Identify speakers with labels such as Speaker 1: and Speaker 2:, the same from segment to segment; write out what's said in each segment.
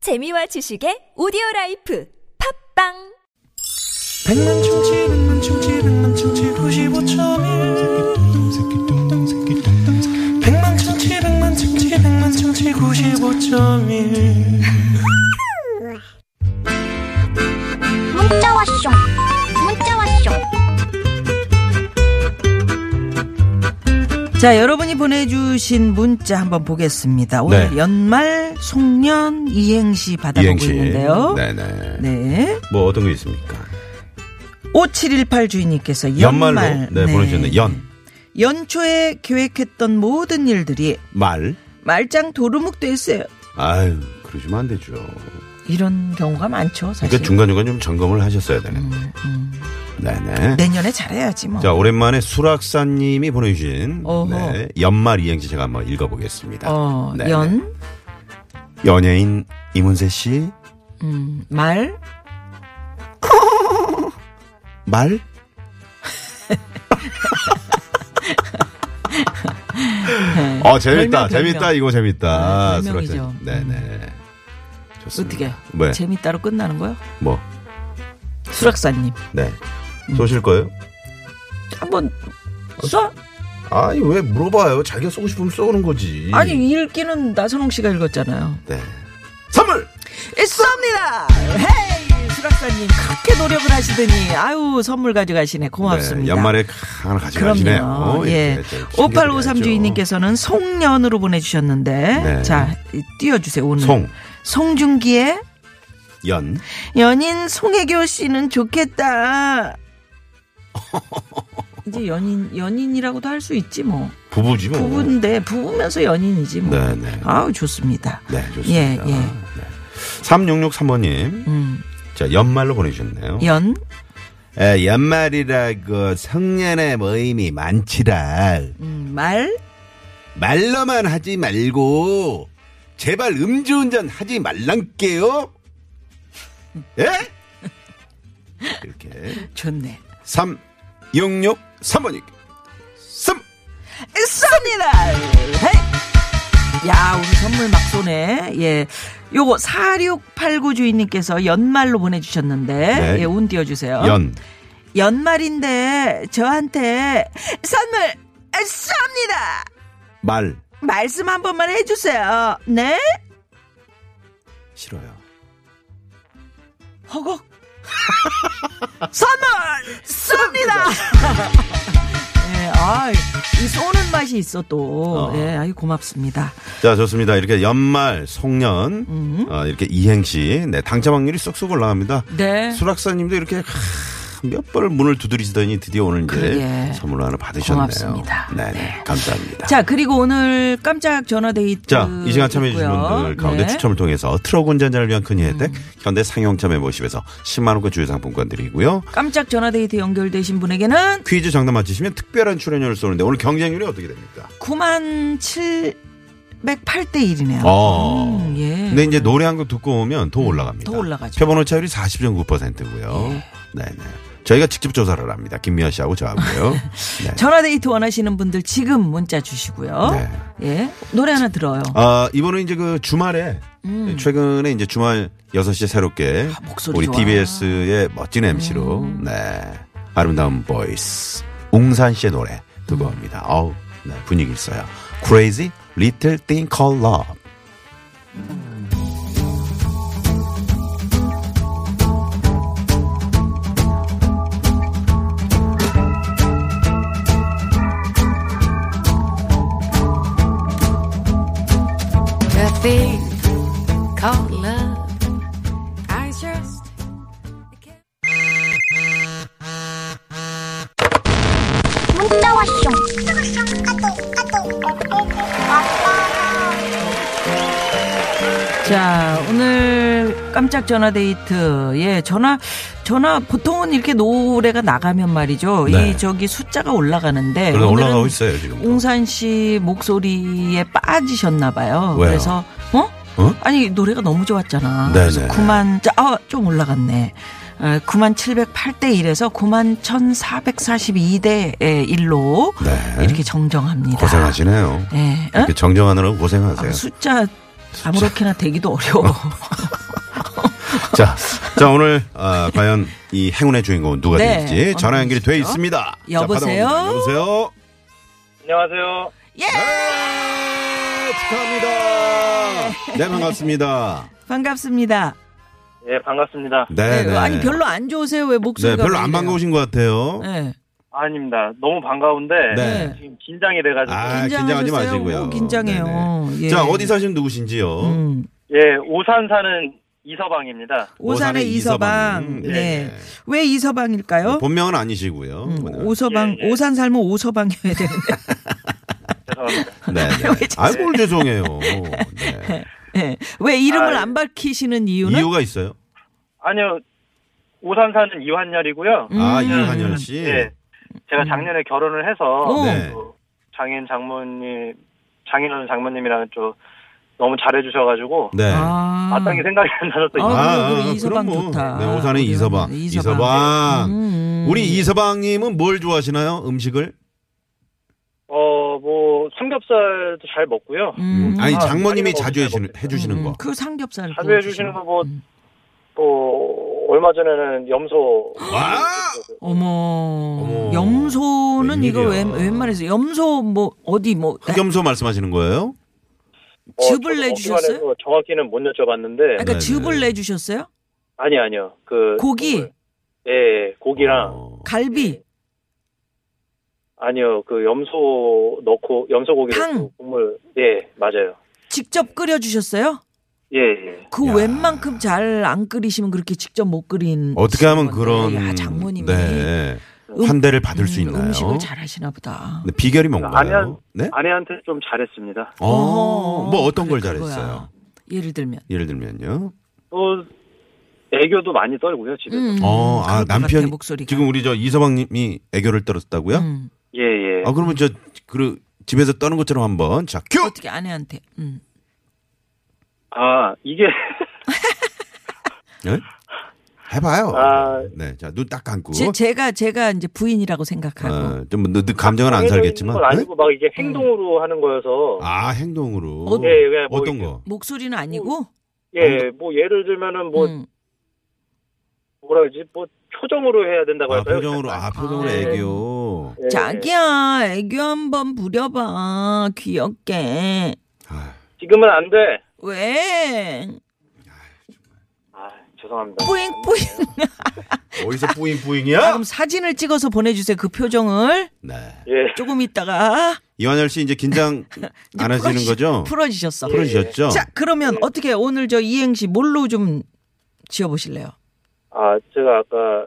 Speaker 1: 재미와 지식의 오디오 라이프 팝빵
Speaker 2: 백만 충치 백만 충치 백만 충치 95.1 백만 충치 백만 충치 백만 충치 95.1
Speaker 3: 문자 왔쇼 문자 왔쇼
Speaker 4: 자, 여러분이 보내주신 문자 한번 보겠습니다. 오늘
Speaker 5: 네.
Speaker 4: 연말 송년 이행시 받아보고
Speaker 5: 이행시.
Speaker 4: 있는데요. 네.
Speaker 5: 네네. 뭐 어떤 거 있습니까?
Speaker 4: 5718 주인님께서 연말.
Speaker 5: 연말로 네, 보내주셨네. 연,
Speaker 4: 연초에 계획했던 모든 일들이
Speaker 5: 말.
Speaker 4: 말짱 도루묵 됐어요.
Speaker 5: 아유, 그러시면 안 되죠.
Speaker 4: 이런 경우가 많죠, 사실.
Speaker 5: 그러니까 중간중간 좀 점검을 하셨어야 되는데.
Speaker 4: 음,
Speaker 5: 네네.
Speaker 4: 내년에 잘해야지 뭐.
Speaker 5: 자, 오랜만에 수락사님이 보내주신
Speaker 4: 어허.
Speaker 5: 네, 연말 이행시 제가 한번 읽어보겠습니다.
Speaker 4: 어,
Speaker 5: 네네.
Speaker 4: 연,
Speaker 5: 연예인 이문세 씨,
Speaker 4: 음, 말,
Speaker 5: 말? 어, 재밌다.
Speaker 4: 네. 별명, 별명.
Speaker 5: 재밌다. 이거 재밌다.
Speaker 4: 네, 별명이죠.
Speaker 5: 수락사님. 네네. 좋습니다.
Speaker 4: 어떻게.
Speaker 5: 네.
Speaker 4: 재미따로 끝나는 거요?
Speaker 5: 뭐.
Speaker 4: 수락사님.
Speaker 5: 네.
Speaker 4: 음.
Speaker 5: 쏘실 거예요?
Speaker 4: 한번
Speaker 5: 어,
Speaker 4: 쏴?
Speaker 5: 아니 왜 물어봐요? 자기가 쏘고 싶으면 쏘는 거지.
Speaker 4: 아니, 읽기는 나선홍 씨가 읽었잖아요.
Speaker 5: 네. 선물. 네,
Speaker 4: 있습니다. 헤이 수락사님 그렇게 노력을 하시더니 아유 선물 가져가시네
Speaker 5: 네,
Speaker 4: 고맙습니다.
Speaker 5: 연말에 하나 가져가시네요.
Speaker 4: 그럼요. 예.
Speaker 5: 이렇게 좀 챙겨드려야죠.
Speaker 4: 5853 주인님께서는 송년으로 보내주셨는데
Speaker 5: 네.
Speaker 4: 자 이- 띄워주세요 오늘
Speaker 5: 송.
Speaker 4: 송중기의
Speaker 5: 연.
Speaker 4: 연인 송혜교 씨는 좋겠다. 이제 연인 연인이라고도 할 수 있지 뭐
Speaker 5: 부부지 뭐.
Speaker 4: 부부인데 부부면서 연인이지 뭐.
Speaker 5: 네네.
Speaker 4: 아우 좋습니다.
Speaker 5: 네 좋습니다.
Speaker 4: 예, 예.
Speaker 5: 네. 3663번님.
Speaker 4: 음,
Speaker 5: 자 연말로 보내주셨네요.
Speaker 4: 연
Speaker 5: 에, 연말이라고 그 성년의 모임이 많지라.
Speaker 4: 음, 말.
Speaker 5: 말로만 하지 말고 제발 음주운전 하지 말란게요. 예? 이렇게
Speaker 4: 좋네.
Speaker 5: 3 6 6 3번이 3
Speaker 4: 있습니다. 헤이! 야, 우리 선물 막 쏘네. 예. 요거 4689 주인님께서 연말로 보내주셨는데,
Speaker 5: 네.
Speaker 4: 예, 운 띄워주세요.
Speaker 5: 연.
Speaker 4: 말인데 저한테 선물 쏩니다.
Speaker 5: 말
Speaker 4: 말씀 한 번만 해주세요. 네?
Speaker 5: 싫어요.
Speaker 4: 허걱. 선물 쏩니다. 예, 아, 이 쏘는 맛이 있어 또.
Speaker 5: 어.
Speaker 4: 예, 아유 고맙습니다.
Speaker 5: 자, 좋습니다. 이렇게 연말, 송년, 어, 이렇게 이행시, 네, 당첨 확률이 쑥쑥 올라갑니다.
Speaker 4: 네.
Speaker 5: 수락사님도 이렇게 하, 몇 번을 문을 두드리시더니 드디어 오늘 이제
Speaker 4: 그러게.
Speaker 5: 선물 하나 받으셨네요.
Speaker 4: 고맙습니다.
Speaker 5: 네네. 감사합니다.
Speaker 4: 자, 그리고 오늘 깜짝 전화 데이트.
Speaker 5: 자, 이 시간 참여해주신
Speaker 4: 있고요.
Speaker 5: 분들
Speaker 4: 네.
Speaker 5: 가운데
Speaker 4: 음.
Speaker 5: 추첨을 통해서 트럭 운전자를 위한 큰 혜택, 현대 상용차 매보십에서 10만원권 주유상품권 드리고요.
Speaker 4: 깜짝 전화 데이트 연결되신 분에게는
Speaker 5: 퀴즈 정답 맞히시면 특별한 출연료를 쏘는데 오늘 경쟁률이 어떻게 됩니까?
Speaker 4: 9만 708대 1이네요.
Speaker 5: 어.
Speaker 4: 음, 예.
Speaker 5: 근데 이제 노래 한 곡 듣고 오면 더 올라갑니다.
Speaker 4: 더 올라가죠. 예.
Speaker 5: 표본 오차율이 40.9%고요. 네네. 저희가 직접 조사를 합니다. 김미아 씨하고 저하고요. 네.
Speaker 4: 전화 데이트 원하시는 분들 지금 문자 주시고요.
Speaker 5: 네.
Speaker 4: 예. 노래 하나 들어요.
Speaker 5: 아, 이번은 이제 그 주말에 최근에 이제 주말 6시에 새롭게
Speaker 4: 목소리
Speaker 5: 우리
Speaker 4: 음. 좋아. 음.
Speaker 5: TBS의 멋진 MC로 네. 아름다운 보이스 웅산 씨의 노래
Speaker 4: 음.
Speaker 5: 듣고 옵니다. 어우, 네, 분위기 있어요. Crazy Little Thing Called Love.
Speaker 6: The thing called love. I just.
Speaker 3: 문자 왔쇼 까똑 까똑
Speaker 4: 자, 오늘 깜짝 전화 데이트. 예, 전화, 전화, 보통은 이렇게 노래가 나가면 말이죠.
Speaker 5: 네.
Speaker 4: 이 저기 숫자가 올라가는데.
Speaker 5: 그래서
Speaker 4: 네, 오늘은
Speaker 5: 올라가고 있어요, 지금.
Speaker 4: 웅산 씨 목소리에 빠지셨나 봐요.
Speaker 5: 왜요?
Speaker 4: 그래서, 어?
Speaker 5: 어?
Speaker 4: 아니, 노래가 너무 좋았잖아.
Speaker 5: 네네.
Speaker 4: 그래서 9만, 자, 아, 좀 올라갔네. 9만 708대 1에서 9만 1442대 1로
Speaker 5: 네.
Speaker 4: 이렇게 정정합니다.
Speaker 5: 고생하시네요.
Speaker 4: 예. 어?
Speaker 5: 이렇게 정정하느라고
Speaker 4: 아,
Speaker 5: 고생하세요.
Speaker 4: 숫자 아무렇게나 되기도 어려워.
Speaker 5: 자, 자 오늘 어, 과연 이 행운의 주인공은 누가
Speaker 4: 네,
Speaker 5: 될지 전화 연결이 돼
Speaker 4: 어느 분이시죠?
Speaker 5: 있습니다. 자,
Speaker 4: 여보세요?
Speaker 5: 받아봅니다. 여보세요.
Speaker 7: 안녕하세요.
Speaker 4: 예!
Speaker 5: 네, 축하합니다. 네 반갑습니다.
Speaker 4: 반갑습니다.
Speaker 7: 예, 반갑습니다.
Speaker 5: 네,
Speaker 4: 네,
Speaker 5: 네.
Speaker 4: 아니 별로 안 좋으세요? 왜 목소리가
Speaker 5: 네, 별로 안
Speaker 4: 그러세요?
Speaker 5: 반가우신 것 같아요.
Speaker 4: 네.
Speaker 7: 아닙니다. 너무 반가운데
Speaker 5: 네.
Speaker 7: 지금 긴장이 돼가지고
Speaker 5: 아, 긴장하지
Speaker 4: 긴장하셨어요?
Speaker 5: 마시고요.
Speaker 4: 오, 긴장해요.
Speaker 5: 네네.
Speaker 4: 예.
Speaker 5: 자, 어디 사시는 누구신지요?
Speaker 4: 음.
Speaker 7: 예 오산 사는 이서방입니다.
Speaker 4: 오산의 이서방.
Speaker 5: 네. 뭐
Speaker 4: 네. 왜 이서방일까요?
Speaker 5: 본명은 아니시고요. 네. 오늘.
Speaker 4: 오서방
Speaker 7: 예, 예.
Speaker 4: 오산 살면 오서방이어야 되는데.
Speaker 7: 죄송합니다.
Speaker 5: 네. 네. 아이 뭘 죄송해요. 네.
Speaker 4: 예. 왜 이름을
Speaker 7: 아,
Speaker 4: 안 밝히시는 이유는?
Speaker 5: 이유가 있어요?
Speaker 7: 아니요 오산 사는 이환열이고요.
Speaker 4: 음.
Speaker 5: 아, 이한열 씨.
Speaker 7: 예, 제가 작년에 결혼을 해서
Speaker 4: 오.
Speaker 5: 네.
Speaker 7: 또 장인 장모님 장인어른 장모님이랑 좀 너무 잘해주셔가지고
Speaker 5: 네.
Speaker 4: 아.
Speaker 7: 마땅히 생각이 안 나서 또
Speaker 4: 아,
Speaker 7: 이제
Speaker 4: 그래, 그래, 이서방
Speaker 5: 그럼 뭐.
Speaker 4: 좋다.
Speaker 5: 네, 오산의
Speaker 4: 그러면
Speaker 5: 이서방.
Speaker 4: 이서방.
Speaker 5: 이서방.
Speaker 4: 음.
Speaker 5: 아, 우리 이서방님은 뭘 좋아하시나요? 음식을?
Speaker 7: 어뭐 삼겹살도 잘 먹고요.
Speaker 4: 음.
Speaker 5: 아니
Speaker 7: 아,
Speaker 5: 장모님이
Speaker 7: 아니요,
Speaker 5: 자주 해주는,
Speaker 7: 먹겠어요.
Speaker 5: 해주시는
Speaker 4: 음,
Speaker 5: 거.
Speaker 4: 그 삼겹살.
Speaker 7: 자주 해주시는 거 뭐
Speaker 4: 음.
Speaker 7: 또 얼마 전에는 염소
Speaker 5: 와!
Speaker 4: 어머.
Speaker 5: 어머.
Speaker 4: 염소는 이거 웬,
Speaker 5: 웬일이야.
Speaker 4: 웬만해서 염소 뭐 어디 뭐
Speaker 5: 흑염소 말씀하시는 거예요?
Speaker 7: 어,
Speaker 4: 즙을
Speaker 7: 저도
Speaker 4: 내주셨어요?
Speaker 7: 먹기만 해서 정확히는 못 여쭤봤는데
Speaker 4: 그러니까
Speaker 5: 네네.
Speaker 4: 즙을 내주셨어요?
Speaker 7: 아니 아니요 그
Speaker 4: 고기,
Speaker 7: 예 고기랑
Speaker 5: 어.
Speaker 4: 갈비,
Speaker 7: 네, 아니요 그 염소 넣고 염소 고기
Speaker 4: 탕.
Speaker 7: 넣고 국물 예 맞아요
Speaker 4: 직접 끓여주셨어요?
Speaker 7: 예, 예.
Speaker 4: 그
Speaker 5: 야.
Speaker 4: 웬만큼 잘 안 끓이시면 그렇게 직접 못 끓인.
Speaker 5: 어떻게 하면
Speaker 4: 건데.
Speaker 5: 그런
Speaker 4: 야, 장모님이
Speaker 5: 네.
Speaker 4: 음-
Speaker 5: 환대를 받을 수
Speaker 4: 음,
Speaker 5: 있나요?
Speaker 4: 음식을 잘하시나 보다.
Speaker 5: 근데 비결이 뭔가요?
Speaker 7: 그러니까 아니요.
Speaker 5: 네?
Speaker 7: 아내한테 좀 잘했습니다
Speaker 5: 어, 뭐 어떤 걸
Speaker 4: 그래,
Speaker 5: 잘했어요?
Speaker 4: 그거야. 예를 들면.
Speaker 5: 예를 들면요.
Speaker 7: 또 애교도 많이 떨고요 집에서
Speaker 4: 음.
Speaker 5: 어, 아,
Speaker 4: 그럴 것
Speaker 5: 남편이-
Speaker 4: 같아, 목소리가.
Speaker 5: 지금 우리 저 이서방님이 애교를 떨었다고요?
Speaker 4: 음,
Speaker 7: 예예
Speaker 5: 아 그러면 저그 집에서 떠는 것처럼 한번 자 큐.
Speaker 4: 어떻게 아내한테? 음.
Speaker 7: 아 이게
Speaker 5: 네? 해봐요.
Speaker 7: 아.
Speaker 5: 네, 자 눈 딱 감고.
Speaker 4: 제, 제가 제가 이제 부인이라고 생각하고
Speaker 5: 어, 좀 늦, 늦, 감정은 안
Speaker 7: 정해져
Speaker 5: 살겠지만.
Speaker 7: 있는 건 아니고 막
Speaker 4: 음.
Speaker 7: 이게 행동으로 하는 거여서
Speaker 5: 네? 아 행동으로.
Speaker 4: 어,
Speaker 7: 예, 예, 뭐
Speaker 5: 어떤
Speaker 7: 이렇게.
Speaker 5: 거?
Speaker 4: 목소리는 아니고
Speaker 7: 예 뭐 예를 들면은 뭐
Speaker 4: 음.
Speaker 7: 뭐라 그러지 뭐 표정으로 네. 해야 된다고
Speaker 5: 아
Speaker 7: 할까요 그러니까.
Speaker 5: 표정으로 아 그렇죠. 표정으로
Speaker 4: 아.
Speaker 5: 애교.
Speaker 4: 네.
Speaker 7: 예, 예.
Speaker 4: 자기야 애교 한번 부려봐 귀엽게
Speaker 5: 아,
Speaker 7: 지금은 안돼
Speaker 4: 왜
Speaker 7: 아 죄송합니다
Speaker 4: 뿌잉 뿌잉
Speaker 5: 어디서 뿌잉
Speaker 4: 아,
Speaker 5: 뿌잉이야?
Speaker 4: 그럼 사진을 찍어서 보내주세요 그 표정을
Speaker 5: 네.
Speaker 7: 예
Speaker 4: 조금 있다가
Speaker 5: 이완열 씨 이제 긴장 안 하시는
Speaker 4: 풀어주-
Speaker 5: 거죠?
Speaker 4: 풀어주셨어
Speaker 5: 풀어주셨죠?
Speaker 4: 자 그러면 어떻게 오늘 저 이행시 뭘로 좀 지어보실래요
Speaker 7: 아, 제가 아까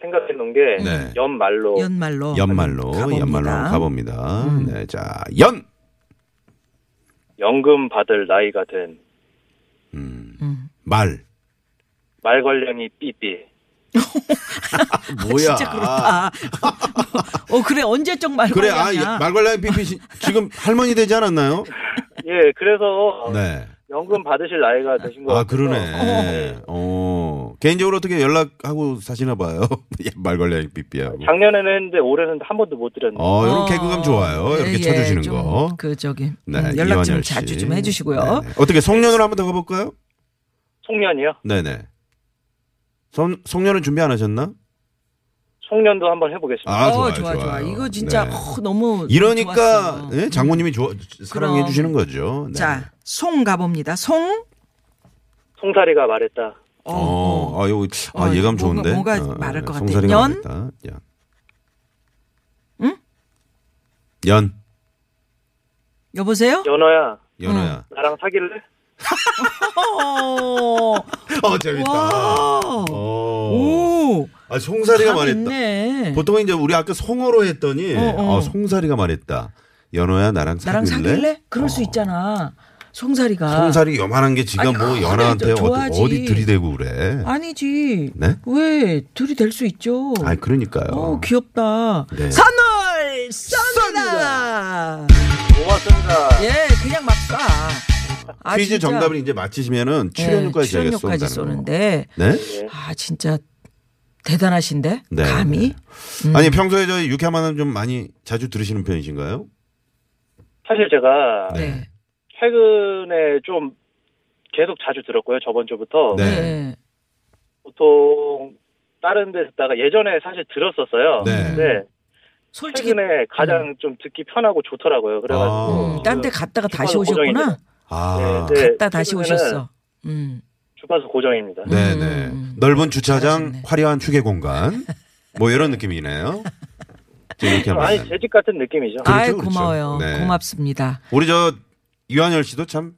Speaker 7: 생각해 놓은 게,
Speaker 5: 네.
Speaker 7: 연말로.
Speaker 4: 연말로
Speaker 5: 연말로
Speaker 4: 뭐, 가봅니다. 음.
Speaker 5: 연말로 한번 가봅니다. 네, 자 연.
Speaker 7: 연금 받을 나이가 된,
Speaker 4: 음.
Speaker 5: 말.
Speaker 7: 말괄량이 삐삐.
Speaker 5: 뭐야?
Speaker 4: 아,
Speaker 5: 아,
Speaker 4: 진짜 그렇다 어 그래 언제적 말고
Speaker 5: 그래, 아, 예, 말괄량 PP 씨, 지금 할머니 되지 않았나요?
Speaker 7: 예, 그래서,
Speaker 5: 네.
Speaker 7: 연금 받으실 나이가 되신 거
Speaker 5: 아,
Speaker 7: 뭐.
Speaker 5: 그러네. 어. 개인적으로 어떻게 연락하고 사시나 봐요. 예, 말괄량 PP하고.
Speaker 7: 작년에는 했는데, 올해는 한 번도 못 드렸는데.
Speaker 5: 어, 이런 개그감
Speaker 4: 예,
Speaker 5: 좋아요. 이렇게 쳐주시는 거.
Speaker 4: 그 저기
Speaker 5: 네,
Speaker 4: 음, 연락 좀
Speaker 5: 이완열
Speaker 4: 자주
Speaker 5: 씨.
Speaker 4: 좀 해주시고요.
Speaker 5: 네네. 어떻게 송년을 한번 더 가볼까요?
Speaker 7: 송년이요?
Speaker 5: 네네. 송, 송년은 준비 안 하셨나?
Speaker 7: 송년도 한번 해보겠습니다.
Speaker 5: 아, 좋아요.
Speaker 4: 어, 좋아,
Speaker 5: 좋아요.
Speaker 4: 좋아. 이거 진짜
Speaker 5: 네.
Speaker 4: 어, 너무
Speaker 5: 이러니까
Speaker 4: 좋았어.
Speaker 5: 예, 장모님이 좋아, 사랑해 주시는 거죠. 네.
Speaker 4: 자, 송 가봅니다. 송.
Speaker 7: 송사리가 말했다.
Speaker 4: 어, 어.
Speaker 5: 어, 아, 요, 아,
Speaker 4: 어, 뭔가-
Speaker 5: 예감 좋은데.
Speaker 4: 뭔가
Speaker 5: 어,
Speaker 4: 말할 것 같아.
Speaker 5: 송사리가
Speaker 4: 연?
Speaker 5: 말했다. 연. 응? 연.
Speaker 4: 여보세요?
Speaker 7: 연어야,
Speaker 5: 연어야.
Speaker 7: 나랑 사귈래?
Speaker 4: 어.
Speaker 5: 어, 재밌다.
Speaker 4: 와.
Speaker 5: 오.
Speaker 4: 오.
Speaker 5: 어. 아, 송사리가
Speaker 4: 감
Speaker 5: 말했다.
Speaker 4: 있네.
Speaker 5: 보통은 이제 우리 아까 송어로 했더니,
Speaker 4: 어, 어.
Speaker 5: 아, 송사리가 말했다. 연어야, 나랑 사귈래? 어.
Speaker 4: 나랑 사귈래? 그럴 수 있잖아. 송사리가.
Speaker 5: 송사리 요만한 게 지가
Speaker 4: 아니,
Speaker 5: 뭐
Speaker 4: 그래,
Speaker 5: 연어한테 어디,
Speaker 4: 좋아하지.
Speaker 5: 어디 들이대고 그래.
Speaker 4: 아니지.
Speaker 5: 네?
Speaker 4: 왜 둘이 될 수 있죠?
Speaker 5: 아, 그러니까요.
Speaker 4: 어, 귀엽다.
Speaker 5: 네.
Speaker 4: 선물 쏩니다.
Speaker 7: 고맙습니다.
Speaker 4: 예, 그냥 막 쏴. 아,
Speaker 5: 퀴즈
Speaker 4: 진짜.
Speaker 5: 정답을 이제 맞히시면은 출연료까지
Speaker 4: 예,
Speaker 5: 저희가
Speaker 4: 출연료까지
Speaker 5: 쏜다는 거.
Speaker 4: 쏘는데
Speaker 5: 네?
Speaker 4: 아 진짜 대단하신데
Speaker 5: 네,
Speaker 4: 감히 음.
Speaker 5: 아니 평소에 저희 유쾌한 만남 좀 많이 자주 들으시는 편이신가요?
Speaker 7: 사실 제가,
Speaker 5: 네.
Speaker 4: 네.
Speaker 7: 최근에 좀, 계속 자주 들었고요, 저번 주부터.
Speaker 5: 네.
Speaker 4: 네.
Speaker 7: 보통 다른 데 듣다가 예전에 사실 들었었어요.
Speaker 5: 네.
Speaker 7: 근데
Speaker 4: 솔직히 네.
Speaker 7: 최근에 가장 좀 듣기 편하고 좋더라고요.
Speaker 5: 아.
Speaker 7: 그래가지고
Speaker 5: 음,
Speaker 4: 딴 데 갔다가 다시
Speaker 7: 주파수
Speaker 4: 오셨구나.
Speaker 7: 고정이죠.
Speaker 5: 아,
Speaker 7: 네, 네.
Speaker 4: 갔다 다시
Speaker 7: 최근에는
Speaker 4: 오셨어. 음.
Speaker 7: 주파수 고정입니다.
Speaker 5: 네, 네.
Speaker 4: 음.
Speaker 5: 넓은 주차장,
Speaker 4: 잘하셨네.
Speaker 5: 화려한 휴게 공간. 뭐 이런 느낌이네요. 저 이렇게
Speaker 7: 좀
Speaker 5: 하면
Speaker 7: 아니
Speaker 5: 안
Speaker 7: 재직 같은 느낌이죠.
Speaker 5: 그렇죠,
Speaker 4: 아이
Speaker 5: 그렇죠.
Speaker 4: 고마워요.
Speaker 5: 네.
Speaker 4: 고맙습니다.
Speaker 5: 우리 저 유한열 씨도 참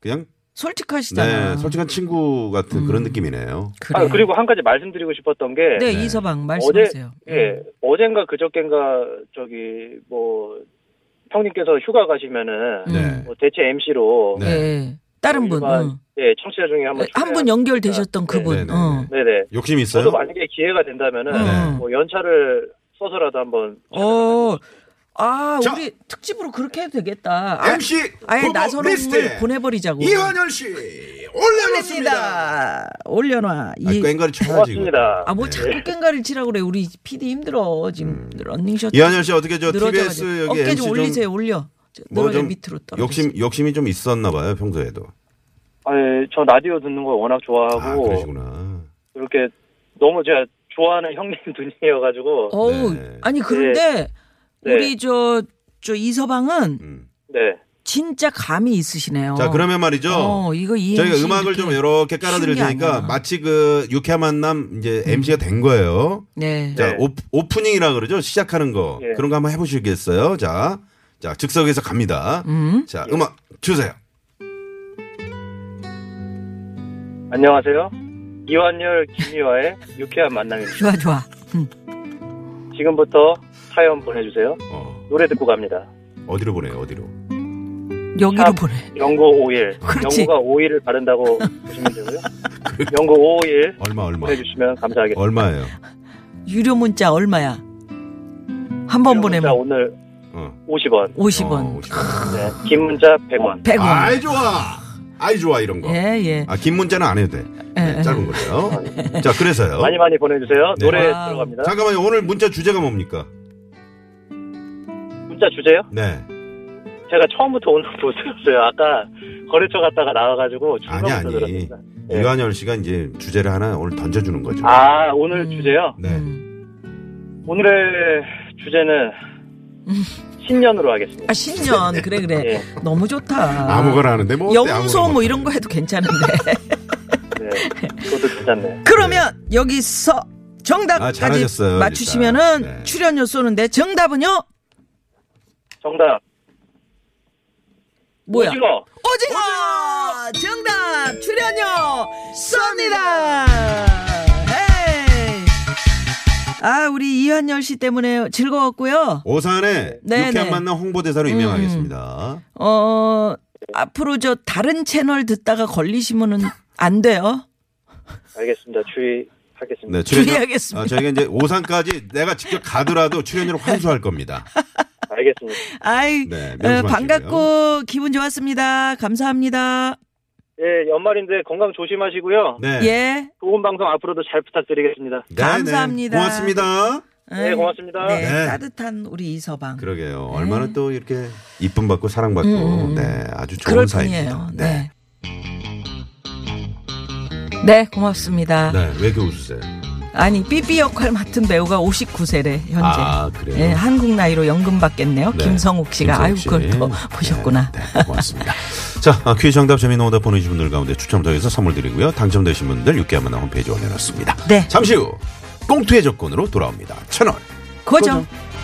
Speaker 5: 그냥
Speaker 4: 솔직하시잖아.
Speaker 5: 네, 솔직한 친구 같은
Speaker 4: 음.
Speaker 5: 그런 느낌이네요.
Speaker 4: 그래.
Speaker 7: 아, 그리고 한 가지 말씀드리고 싶었던 게
Speaker 4: 네, 이서방 말씀하세요. 음.
Speaker 7: 어제 예 어젠가 그저께인가 저기 뭐 형님께서 휴가 가시면은
Speaker 4: 음.
Speaker 5: 네.
Speaker 7: 뭐 대체 MC로
Speaker 5: 네.
Speaker 4: 예. 다른 분.
Speaker 7: 일반,
Speaker 4: 응.
Speaker 7: 예 청취자 중에 한분
Speaker 4: 한 분 연결되셨던
Speaker 5: 네,
Speaker 4: 그분.
Speaker 5: 네,
Speaker 4: 어.
Speaker 7: 네네
Speaker 5: 욕심 있어요?
Speaker 7: 저도 만약에 기회가 된다면은
Speaker 4: 네.
Speaker 7: 뭐 연차를 써서라도 한번
Speaker 4: 어. 아,
Speaker 5: 자.
Speaker 4: 우리 특집으로 그렇게 해도 되겠다. 아, 아예
Speaker 5: 후보
Speaker 4: 나선홍을
Speaker 5: 리스트에
Speaker 4: 보내버리자고.
Speaker 5: 씨
Speaker 4: 올립니다. 올려놔.
Speaker 5: 아,
Speaker 4: 이,
Speaker 5: 꽹과리 네. 쳐야지. 이거.
Speaker 7: 고맙습니다.
Speaker 4: 아, 뭘 자꾸 깽가리를 치라고 그래. 우리 PD 힘들어. 지금 런닝셔츠.
Speaker 5: 음. 이한열 씨 어떻게 저
Speaker 4: 늘어져가지고.
Speaker 5: TBS 여기
Speaker 4: 어깨
Speaker 5: MC
Speaker 4: 좀
Speaker 5: 좀
Speaker 4: 올리세요. 올려. 저
Speaker 5: 뭐
Speaker 4: 늘어져
Speaker 5: 좀
Speaker 4: 밑으로 떨어.
Speaker 5: 욕심 욕심이 좀 있었나 봐요 평소에도.
Speaker 7: 아니, 저 라디오 듣는 걸 워낙
Speaker 5: 아
Speaker 7: 좋아하고
Speaker 5: 그러시구나.
Speaker 7: 이렇게 너무 제가 좋아하는 형님 눈이어가지고
Speaker 4: 어우,
Speaker 5: 네.
Speaker 4: 아니 그런데
Speaker 7: 네.
Speaker 4: 우리 저, 저 이서방은
Speaker 5: 음.
Speaker 7: 네
Speaker 4: 진짜 감이 있으시네요.
Speaker 5: 자 그러면 말이죠.
Speaker 4: 어, 이거 이
Speaker 5: 저희가
Speaker 4: MC
Speaker 5: 음악을 좀
Speaker 4: 이렇게
Speaker 5: 이렇게 깔아드릴
Speaker 4: 쉬운 게
Speaker 5: 테니까
Speaker 4: 아니야.
Speaker 5: 마치 그 유쾌한 만남 이제
Speaker 4: 음.
Speaker 5: MC가 된 거예요.
Speaker 4: 네.
Speaker 5: 자
Speaker 7: 네.
Speaker 5: 오, 프닝이라 그러죠. 시작하는 거
Speaker 7: 예.
Speaker 5: 그런 거 한번 해보시겠어요? 자, 자 즉석에서 갑니다.
Speaker 4: 음.
Speaker 5: 자 음악 주세요.
Speaker 7: 안녕하세요 이완열 김희화의 유쾌한 만남입니다.
Speaker 4: 좋아 좋아. 음.
Speaker 7: 지금부터 사연 보내주세요.
Speaker 5: 어,
Speaker 7: 노래 듣고 갑니다.
Speaker 5: 어디로 보내요? 어디로?
Speaker 4: 여기로
Speaker 7: 샵.
Speaker 4: 보내.
Speaker 7: 영고 5일.
Speaker 4: 그렇지.
Speaker 7: 영고가 5일을 바른다고 보시면 되고요. 영고 5일
Speaker 5: 얼마 얼마?
Speaker 7: 보내주시면 감사하겠습니다.
Speaker 5: 얼마예요?
Speaker 4: 유료 문자 얼마야? 한 번
Speaker 7: 문자
Speaker 4: 보내면
Speaker 7: 오늘
Speaker 5: 어.
Speaker 7: 50원,
Speaker 5: 어,
Speaker 4: 50원,
Speaker 5: 50원.
Speaker 7: 네, 긴 문자 100원.
Speaker 4: 100원.
Speaker 5: 아이 좋아. 아이 좋아 이런 거.
Speaker 4: 예, 예.
Speaker 5: 아, 긴 문자는 안 해도 돼. 네,
Speaker 4: 예,
Speaker 5: 짧은 거예요. 자, 그래서요.
Speaker 7: 많이 많이 보내주세요.
Speaker 5: 어? 네.
Speaker 7: 노래
Speaker 4: 와우.
Speaker 7: 들어갑니다.
Speaker 5: 잠깐만요. 오늘 문자 주제가 뭡니까? 그
Speaker 7: 문자 주제요?
Speaker 5: 네.
Speaker 7: 제가 처음부터 오늘 못 들었어요. 아까 거래처 갔다가 나와가지고
Speaker 5: 아니,
Speaker 7: 중간부터
Speaker 5: 아니.
Speaker 7: 들었습니다. 네.
Speaker 5: 유한열 씨가 이제 주제를 하나 오늘 던져주는 거죠.
Speaker 7: 아 오늘 주제요?
Speaker 5: 네.
Speaker 4: 음.
Speaker 7: 오늘의 주제는 신년으로 하겠습니다.
Speaker 4: 아, 신년. 그래, 그래.
Speaker 7: 예.
Speaker 4: 너무 좋다.
Speaker 5: 아무거나 하는데 뭐. 어때?
Speaker 4: 영소
Speaker 5: 아무거나
Speaker 4: 뭐 이런 거 해도 괜찮은데.
Speaker 7: 네, 그것도 괜찮네요.
Speaker 4: 그러면 여기서
Speaker 5: 아,
Speaker 4: 정답까지
Speaker 5: 잘하셨어요,
Speaker 4: 맞추시면은
Speaker 5: 일단. 네.
Speaker 4: 출연료 쏘는데 정답은요?
Speaker 7: 정답.
Speaker 4: 뭐야?
Speaker 7: 오징어.
Speaker 4: 오징어! 정답! 출연료 쏩니다! 헤이! 아, 우리 이한열 씨 때문에 즐거웠고요.
Speaker 5: 오산에
Speaker 4: 네,
Speaker 5: 유쾌한
Speaker 4: 네.
Speaker 5: 만남 홍보대사로 임명하겠습니다.
Speaker 4: 어, 앞으로 저 다른 채널 듣다가 걸리시면은 안 돼요.
Speaker 7: 알겠습니다. 주의하겠습니다.
Speaker 5: 네, 출연료-
Speaker 4: 주의하겠습니다.
Speaker 5: 아, 저희가 이제 오산까지 내가 직접 가더라도 출연료를 환수할 겁니다.
Speaker 7: 알겠습니다.
Speaker 4: 아이,
Speaker 5: 네,
Speaker 4: 어,
Speaker 5: 명심하시고요.
Speaker 4: 반갑고 기분 좋았습니다. 감사합니다.
Speaker 7: 예, 연말인데 건강 조심하시고요.
Speaker 5: 네.
Speaker 4: 예.
Speaker 7: 좋은 방송 앞으로도 잘 부탁드리겠습니다.
Speaker 5: 네, 네.
Speaker 4: 감사합니다.
Speaker 5: 고맙습니다.
Speaker 7: 네, 고맙습니다.
Speaker 4: 네,
Speaker 5: 네.
Speaker 4: 따뜻한 우리 이서방.
Speaker 5: 그러게요.
Speaker 4: 네.
Speaker 5: 얼마나 또 이렇게 이쁨 받고 사랑받고
Speaker 4: 음,
Speaker 5: 네 아주 좋은 사이입니다.
Speaker 4: 네. 네, 고맙습니다.
Speaker 5: 네, 왜 이렇게 웃으세요?
Speaker 4: 아니, 삐삐 역할 맡은 배우가 59세래, 현재.
Speaker 5: 아, 그래요?
Speaker 4: 예, 한국 나이로 연금 받겠네요.
Speaker 5: 네.
Speaker 4: 김성욱 씨가. 아유,
Speaker 5: 김성욱 씨.
Speaker 4: 그걸 또 보셨구나.
Speaker 5: 네, 네, 고맙습니다. 자, 아, 퀴즈 정답 재미있는 오답 보내주신 분들 가운데 추첨 통해서 선물 드리고요. 당첨되신 분들 6개월 만나 홈페이지 올려놓습니다.
Speaker 4: 네.
Speaker 5: 잠시 후 꽁투의 조건으로 돌아옵니다. 채널
Speaker 4: 고정.
Speaker 5: 고정.